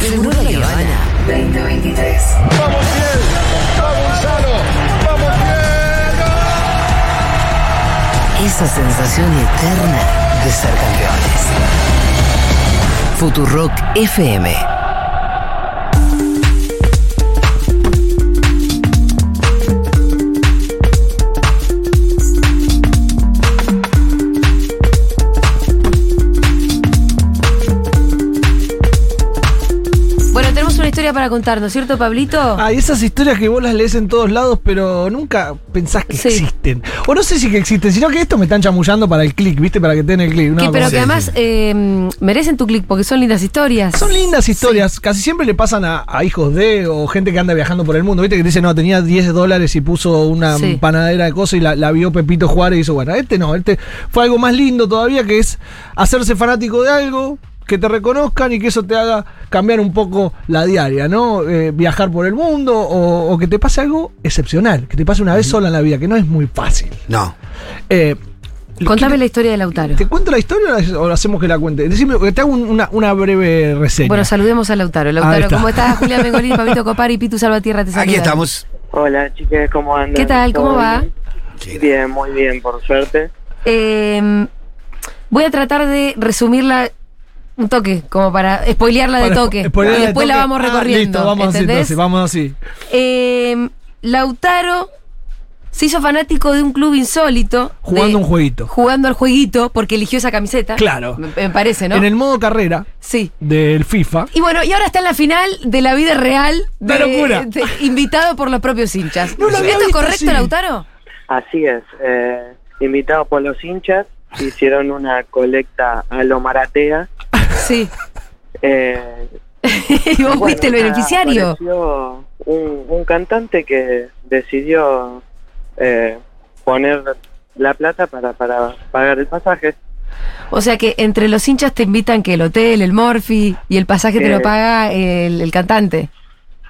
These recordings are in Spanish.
Seguro la Habana. 2023. ¡Vamos bien! ¡Vamos sano! ¡Vamos bien! Esa sensación eterna de ser campeones. Futurock FM. Bueno, tenemos una historia para contar, ¿no es cierto, Pablito? Ah, y esas historias que vos las lees en todos lados, pero nunca pensás que Sí. existen. O no sé si que existen, sino que esto me están chamullando para el clic, ¿viste? Para que te den el clic. ¿no? que, pero Como- que además eh, merecen tu clic porque son lindas historias. Son lindas historias, casi siempre le pasan a, a hijos de o gente que anda viajando por el mundo, ¿viste? Que te dice, no, tenía 10 dólares y puso una Sí. panadera de cosas y la, la vio Pepito Juárez y hizo, bueno, este no, este fue algo más lindo todavía que es hacerse fanático de algo, que te reconozcan y que eso te haga cambiar un poco la diaria, ¿no? Eh, viajar por el mundo o, o que te pase algo excepcional, que te pase una vez sola en la vida, que no es muy fácil. No. Eh, Contame la historia de Lautaro. ¿Te cuento la historia o la- o hacemos que la cuente? Decime, te hago un- una, una breve reseña. Bueno, saludemos a Lautaro. Lautaro, está. ¿cómo estás? Julián Mengolini, Pablito Copari, Pitu Salvatierra, te Aquí saludan. estamos. Hola chicas, ¿cómo andan? ¿Qué tal? ¿Cómo ¿Todo va? bien? Sí. Bien, muy bien, por suerte. Eh, voy a tratar de resumirla un toque, como para spoilearla Ah, de Para toque. spo- spoiler y de después la toque. vamos Ah, recorriendo. listo, vamos así, ¿entendés? entonces, vamos así. Eh, Lautaro se hizo fanático de un club insólito. Jugando de- un jueguito. Jugando al jueguito porque eligió esa camiseta. Claro. Me, me parece, ¿no? En el modo carrera Sí. del FIFA. Y bueno, y ahora está en la final de la vida real. ¡Una locura! de- invitado por los propios hinchas. No lo había ¿Esto es visto correcto, así. Lautaro? Así es, eh, invitados por los hinchas, hicieron una colecta a lo maratea. Sí. eh, ¿Y vos bueno, fuiste el nada, beneficiario? apareció Un, un cantante que decidió eh, poner la plata para, para pagar el pasaje. O sea que entre los hinchas te invitan que el hotel, el morfi y el pasaje te Eh. lo paga el, el cantante.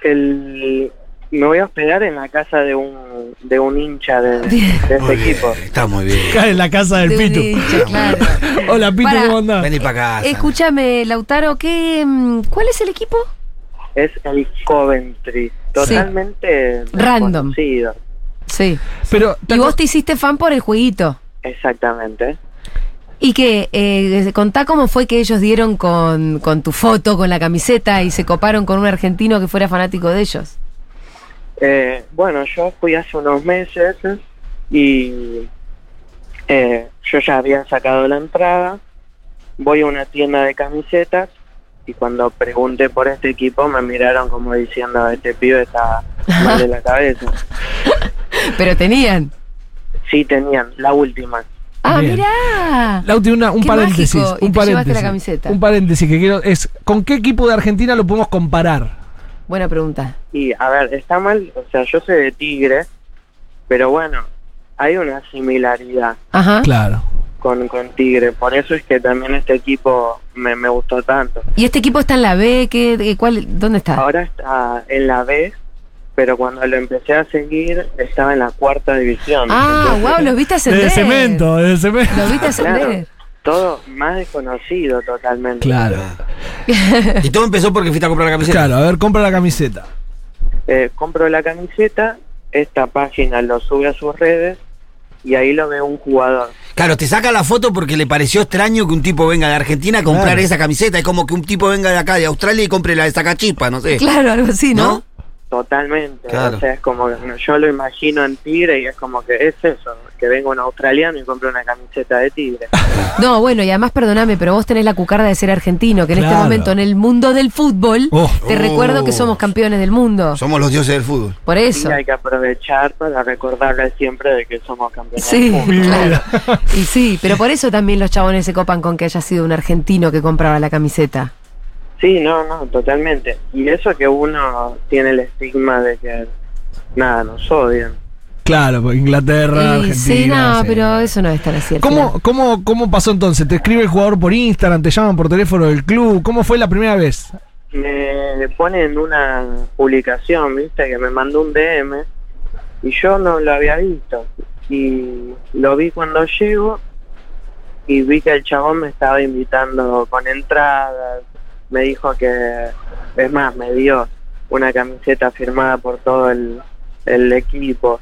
El, me voy a hospedar en la casa de un, de un hincha de, de este Muy bien, equipo. Está muy bien. Acá en la casa del De un Pitu. Ah, hincha, claro. Hola, Pitu, Para. ¿cómo andás? Vení para acá. Escúchame, Lautaro, ¿qué, mm, ¿cuál es el equipo? es el Coventry. Totalmente Random. desconocido. Sí. Pero, Y vos te hiciste fan por el jueguito. Exactamente. ¿Y qué? Eh, contá cómo fue que ellos dieron con, con tu foto, con la camiseta y se coparon con un argentino que fuera fanático de ellos. Eh, bueno, yo fui hace unos meses y eh, yo ya había sacado la entrada. Voy a una tienda de camisetas y cuando pregunté por este equipo me miraron como diciendo, este pibe está mal de la cabeza. Pero tenían. Sí, tenían la última. Ah, Bien. mirá. Lauti, una- un Qué paréntesis. mágico. Y un te llevaste paréntesis, la camiseta. Un paréntesis que quiero es, ¿con qué equipo de Argentina lo podemos comparar? Buena pregunta. Y a ver, está mal, o sea, yo soy de Tigre, pero bueno, hay una similaridad. Ajá. Claro. con, con Tigre. Por eso es que también este equipo me, me gustó tanto. ¿Y este equipo está en la B? ¿Qué, de- cuál, ¿Dónde está? Ahora está en la B, pero cuando lo empecé a seguir estaba en la cuarta división. Ah, Entonces, wow, los viste ascender. De cemento, de cemento. Los viste Claro, ascender. todo más desconocido totalmente. Claro. Y todo empezó porque fuiste a comprar la camiseta. Claro, a ver, compra la camiseta. Eh, compro la camiseta, esta página lo sube a sus redes y ahí lo ve un jugador. Claro, te saca la foto porque le pareció extraño que un tipo venga de Argentina a comprar Claro. esa camiseta. Es como que un tipo venga de acá, de Australia, y compre la de Zacachispa, no sé. Claro, algo así, ¿no? ¿No? Totalmente. Claro. O sea, es como que no- yo lo imagino en Tigre y es como que es eso, que venga un australiano y compre una camiseta de Tigre. ¿no? bueno, y además perdoname, pero vos tenés la cucarda de ser argentino, que en este Claro. momento en el mundo del fútbol, Oh. te Oh. recuerdo que somos campeones del mundo. Somos los dioses del fútbol. Por eso. Y hay que aprovechar para recordarles siempre de que somos campeones. Sí, del mundo. claro. Y sí, pero por eso también los chabones se copan con que haya sido un argentino que compraba la camiseta. Sí, no, no, totalmente. Y eso que uno tiene el estigma de que nada, nos odian. Claro, porque Inglaterra, Y Argentina. sí, no, sí. pero eso no es tan así. al ¿Cómo, final. cómo, ¿Cómo pasó entonces? ¿Te escribe el jugador por Instagram? ¿Te llaman por teléfono del club? ¿Cómo fue la primera vez? Me ponen una publicación, ¿viste? Que me mandó un DM y yo no lo había visto. Y lo vi cuando llego y vi que el chabón me estaba invitando con entradas. Me dijo que Es más, me dio una camiseta firmada por todo el, el equipo.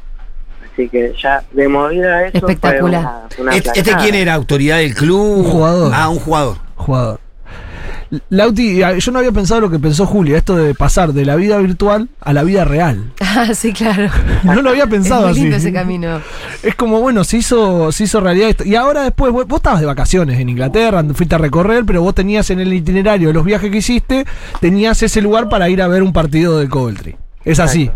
Así que ya de movida eso Espectacular. fue una, una Este, este flasheada. quién era? ¿Autoridad del club? Un jugador. Ah, un jugador. jugador. Lauti, a- yo no había pensado lo que pensó Julia, esto de pasar de la vida virtual a la vida real. Ah, sí, claro. No lo había Es pensado muy lindo así. ese camino. Es como, bueno, se hizo, se hizo realidad esto. Y ahora después, vos, vos estabas de vacaciones en Inglaterra, and- fuiste a recorrer, pero vos tenías en el itinerario de los viajes que hiciste, tenías ese lugar para ir a ver un partido de Coventry. Es así.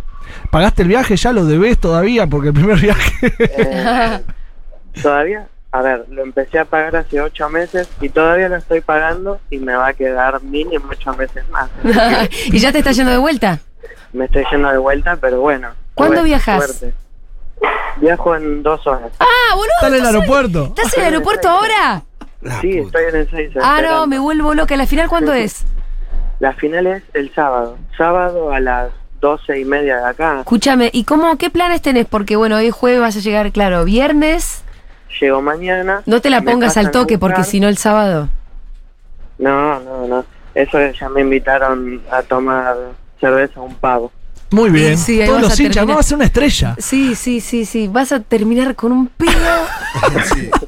¿Pagaste el viaje? ¿Ya lo debes todavía? Porque el primer viaje... Eh, todavía, a ver, lo empecé a pagar hace ocho meses y todavía lo estoy pagando y me va a quedar mínimo ocho meses más. Así ¿Y ya te está yendo de vuelta? que me estoy yendo de vuelta, pero bueno. ¿Cuándo tuve viajás? suerte. Viajo en dos horas. Ah, boludo. Está en el ¿estás- aeropuerto. ¿Estás en el aeropuerto ahora? sí, estoy en el 6. Ah, no, me vuelvo loca. ¿La final cuándo es? La final es el sábado. Sábado a las doce y media de acá. Escúchame, ¿y cómo, qué planes tenés? Porque bueno, hoy es jueves vas a llegar, claro, viernes. Llego mañana. No te la me pongas al pasan a toque porque buscar. si no el sábado. No, no, no. Eso ya me invitaron a tomar cerveza a un pavo. Muy bien. Sí, ahí Todos vas los a hinchas, terminar. no va a ser una estrella. Sí, sí, sí, sí. Vas a terminar con un pedo.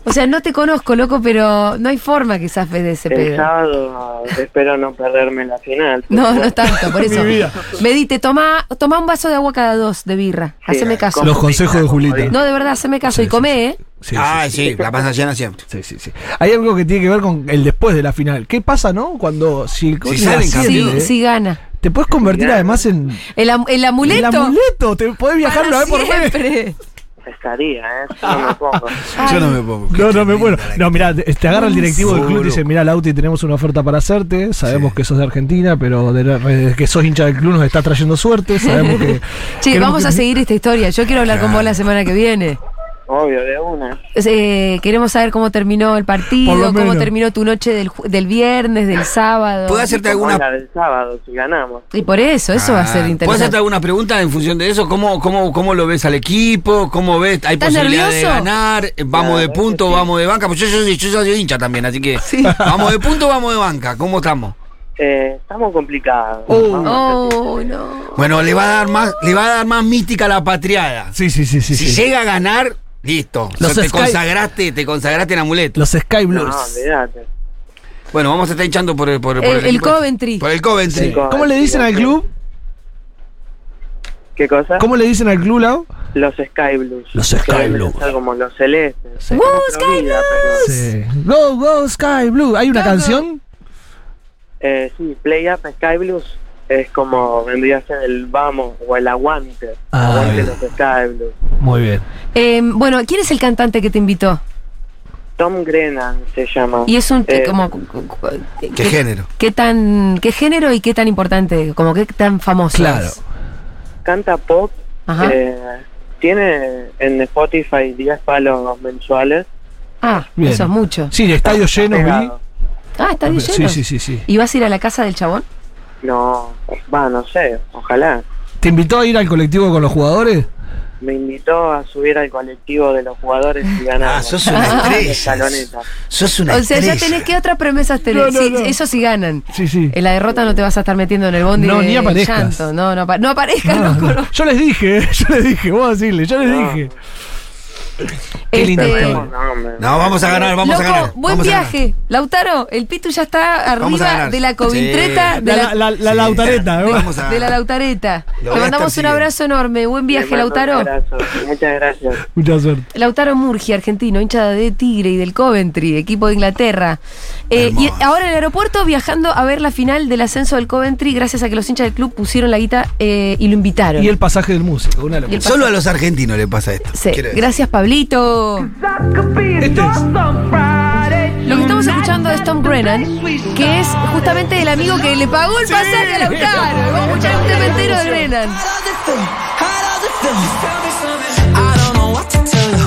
O sea, no te conozco, loco, pero no hay forma que zafes de ese El pedo. sábado espero no perderme la final. No, no tanto, por eso. Mi vida. Medite, toma, toma un vaso de agua cada dos de birra. Sí, Haceme caso. Los consejos de Julita. No, de verdad, haceme caso y come, ¿eh? Sí, ah, sí, la pasa llena siempre. Sí, sí, sí. Hay algo que tiene que ver con el después de la final. ¿Qué pasa, no? Cuando si el Coventry salen asciende, Sí, sí, gana. te puedes convertir además en El, am- el amuleto. el amuleto, te podés viajar para una vez por mes. siempre. Estaría, ¿eh? No me pongo. Yo no me pongo. No, no me muero. No, mirá, te te agarra el directivo del club y te dice, mirá, Lauti, tenemos una oferta para hacerte. Sabemos que sos de Argentina, pero de la- desde que sos hincha del club nos está trayendo suerte. Sabemos que... Che, queremos vamos que- a seguir esta historia. Yo quiero hablar con vos la semana que viene. Obvio, de una. Eh, queremos saber cómo terminó el Por lo partido, cómo menos. terminó tu noche del, ju- del viernes, del sábado. ¿Puedo hacerte Como alguna la del sábado, si ganamos. Y por eso, eso va a ser Ah, ¿Puedo hacerte interesante. alguna pregunta en función de eso? ¿Cómo, cómo, cómo lo ves al equipo? ¿Cómo ves? ¿Hay ¿Estás posibilidad de nervioso? ganar? Eh, ¿Vamos La de verdad que punto? sí. ¿Vamos de banca? Pues yo, yo, yo, yo soy hincha también, así que vamos de punto, vamos de banca. ¿Cómo estamos? Eh, estamos complicados. Vamos a hacer- Oh, no. Bueno, le va a dar más, le va a dar más mística la patriada. Sí, sí, sí, sí. si sí. llega a ganar, listo. O sea, Los te Sky- consagraste, te consagraste en amuleto. Los Sky No, Blues. olvídate. Bueno, vamos a estar hinchando por, el- por, por El- el equipo. Coventry. Por el Coventry. Sí. ¿Cómo le dicen al club? ¿Qué cosa? ¿Cómo le dicen al club, Lau? Los Sky Blues. Los Que Sky deben Blues. ser como los celestes. Sí. Es ¡Woo, otra Oh, Sky vida, pero- Sí. Go, go, Sky Blue. ¿Hay una Go, go. canción? Eh, sí, Play Up Sky Blues es como vendría a ser el vamos o el aguante. Ah, aguante bien. los Sky Blues. Muy bien. Eh, bueno, ¿quién es el cantante que te invitó? Tom Grennan se llama. Y es un Eh, como ¿Qué género? qué tan qué género y qué tan importante, como qué tan famoso. Claro. es? Canta pop. Ajá. eh, tiene en Spotify 10 palos mensuales. ah, Bien. eso es mucho. Sí, el estadio lleno, vi. Pegado. Ah, está bien Sí, lleno. sí, sí, sí. ¿Y vas a ir a la casa del chabón? No, va, no sé, ojalá. ¿Te invitó a ir al colectivo con los jugadores? Me invitó a subir al colectivo de los jugadores y ganar. Ah, sos una estrella. Sos una O sea, ya estrella. tenés que otras promesas No, tenés. no, Sí, no. Eso sí ganan. Sí, sí. En la derrota no te vas a estar metiendo en el bondi. No, de ni aparezcas. llanto. No, no, apa- no aparezcas, No, loco, no. no. Ah, Yo les dije, eh, yo les dije, vos decirle, yo les No. dije. Qué linda Este, historia. No, vamos a ganar, vamos Loco, a ganar. buen vamos a ganar. viaje. Lautaro, el Pitu ya está Vamos a arriba ganar. de la covintreta, Sí. de, la, Sí. lautareta, ¿eh? Vamos a de la ganar. lautareta. Lo Te voy a mandamos estar un abrazo enorme. Buen viaje, Lautaro. Muchas gracias. Mucha suerte. Lautaro Murgi, argentino, hincha de Tigre y del Coventry, equipo de Inglaterra. Eh, y Hermoso. ahora en el aeropuerto viajando a ver la final del ascenso del Coventry, gracias a que los hinchas del club pusieron la guita eh, y lo invitaron. Y el pasaje del músico, una de las Y el- Solo a los argentinos le pasa esto. Sí. quiero decir. Gracias, Pablito. Este es. Lo que estamos escuchando es Tom Brennan, que es justamente el amigo que le pagó el pasaje a Lautaro. Vamos a escuchar un tema entero de Brennan. I don't know what to tell you.